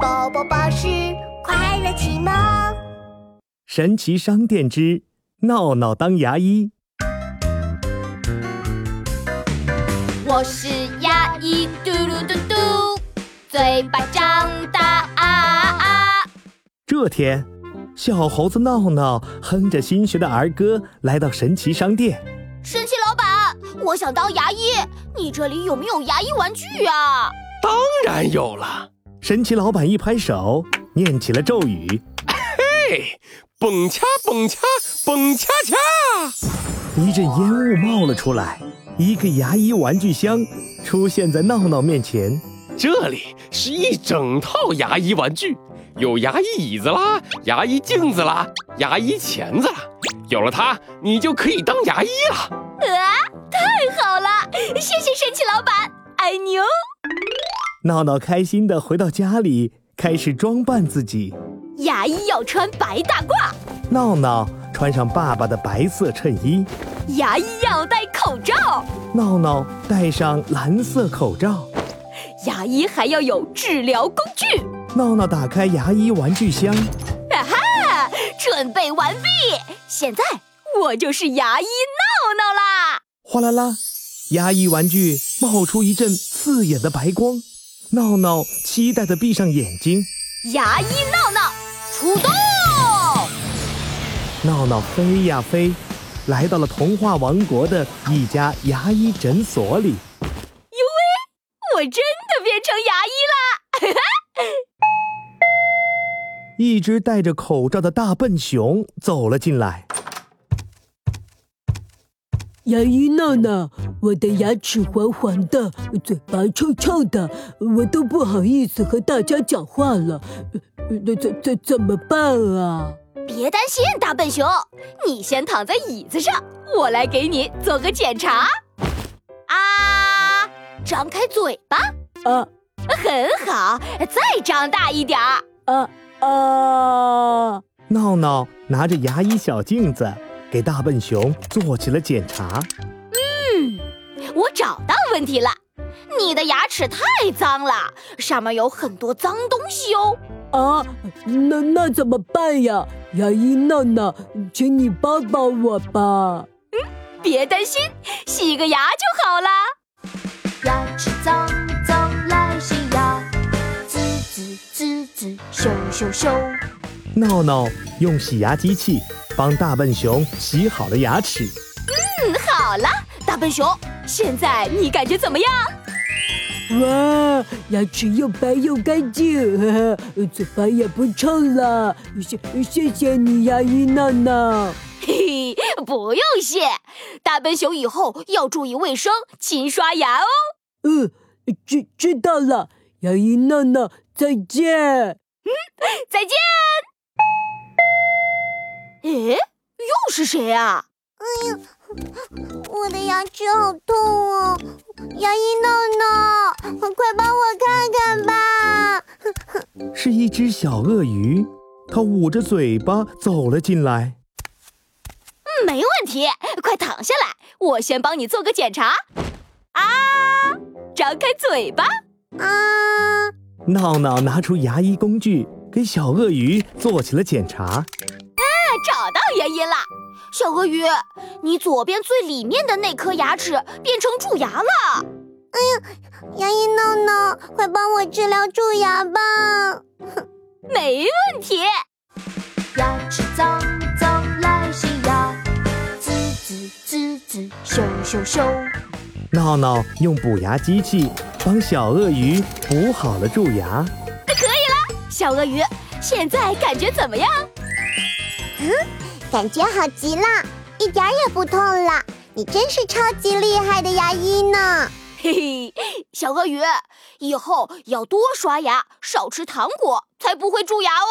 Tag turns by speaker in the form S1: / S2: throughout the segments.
S1: 宝宝巴士快乐启蒙。
S2: 神奇商店之闹闹当牙医，
S3: 我是牙医嘟噜嘟嘟，嘴巴张大啊啊啊！
S2: 这天，小猴子闹闹哼着新学的儿歌来到神奇商店。
S3: 神奇老板，我想当牙医，你这里有没有牙医玩具啊？
S4: 当然有了，
S2: 神奇老板一拍手，念起了咒语，
S4: 嘿，蹦恰蹦恰蹦恰恰，
S2: 一阵烟雾冒了出来，一个牙医玩具箱出现在闹闹面前。
S4: 这里是一整套牙医玩具，有牙医椅子啦，牙医镜子啦，牙医钳子啦，有了它，你就可以当牙医了。
S3: 太哎好了，谢谢神奇老板，爱你哦！
S2: 闹闹开心地回到家里，开始装扮自己。
S3: 牙医要穿白大褂，
S2: 闹闹穿上爸爸的白色衬衣，
S3: 牙医要戴口罩，
S2: 闹闹戴上蓝色口罩。
S3: 牙医还要有治疗工具。
S2: 闹闹打开牙医玩具箱，
S3: 啊哈！准备完毕，现在我就是牙医闹闹啦！
S2: 哗啦啦，牙医玩具冒出一阵刺眼的白光。闹闹期待地闭上眼睛，
S3: 牙医闹闹出动！
S2: 闹闹飞呀飞，来到了童话王国的一家牙医诊所里。
S3: 我真的变成牙医啦！
S2: 一只戴着口罩的大笨熊走了进来。
S5: 牙医闹闹，我的牙齿黄黄的，嘴巴臭臭的，我都不好意思和大家讲话了，呃怎怎怎么办啊？
S3: 别担心，大笨熊，你先躺在椅子上，我来给你做个检查。啊，张开嘴巴，
S5: 啊
S3: 很好，再张大一点儿。
S5: 啊啊！
S2: 闹闹拿着牙医小镜子给大笨熊做起了检查。
S3: 我找到问题了，你的牙齿太脏了，上面有很多脏东西哦。
S5: 啊，那那怎么办呀？牙医闹闹，请你帮帮我吧。
S3: 别担心，洗个牙就好啦。
S1: 牙齿脏脏来洗牙，滋滋滋滋咻咻咻。
S2: 闹闹用洗牙机器帮大笨熊洗好了牙齿。
S3: 好了，大笨熊，现在你感觉怎么样？
S5: 哇，牙齿又白又干净，呵呵，嘴巴也不臭了。谢谢谢你，牙医闹闹。
S3: 嘿嘿， 不用谢，大笨熊以后要注意卫生，勤刷牙哦。
S5: 嗯，知知道了，牙医闹闹，再见。
S3: 再见。诶，又是谁啊？
S1: 我的牙齿好痛哦！牙医闹闹，快帮我看看吧！
S2: 是一只小鳄鱼，它捂着嘴巴走了进来。
S3: 嗯没问题，快躺下来，我先帮你做个检查。啊，张开嘴巴，
S1: 啊，
S2: 闹闹拿出牙医工具给小鳄鱼做起了检查。
S3: 找到原因啦。小鳄鱼，你左边最里面的那颗牙齿变成蛀牙了。
S1: 哎牙医闹闹，快帮我治疗蛀牙吧！
S3: 没问题。
S1: 牙齿脏脏来洗牙，滋滋滋滋咻咻咻。
S2: 闹闹用补牙机器帮小鳄鱼补好了蛀牙。
S3: 小鳄鱼，现在感觉怎么样？
S1: 感觉好极了，一点儿也不痛了。你真是超级厉害的牙医呢！
S3: 嘿嘿，小鳄鱼，以后要多刷牙，少吃糖果，才不会蛀牙哦。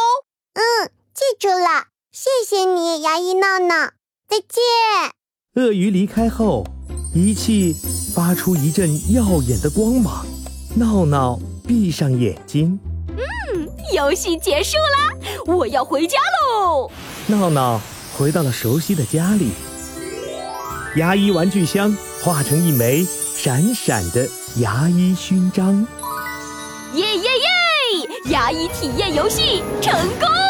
S1: 记住了，谢谢你，牙医闹闹。再见。
S2: 鳄鱼离开后，仪器发出一阵耀眼的光芒。闹闹闭上眼睛，
S3: 游戏结束啦，我要回家喽。
S2: 闹闹回到了熟悉的家里。牙医玩具箱化成一枚闪闪的牙医勋章。
S3: 耶耶耶！牙医体验游戏成功。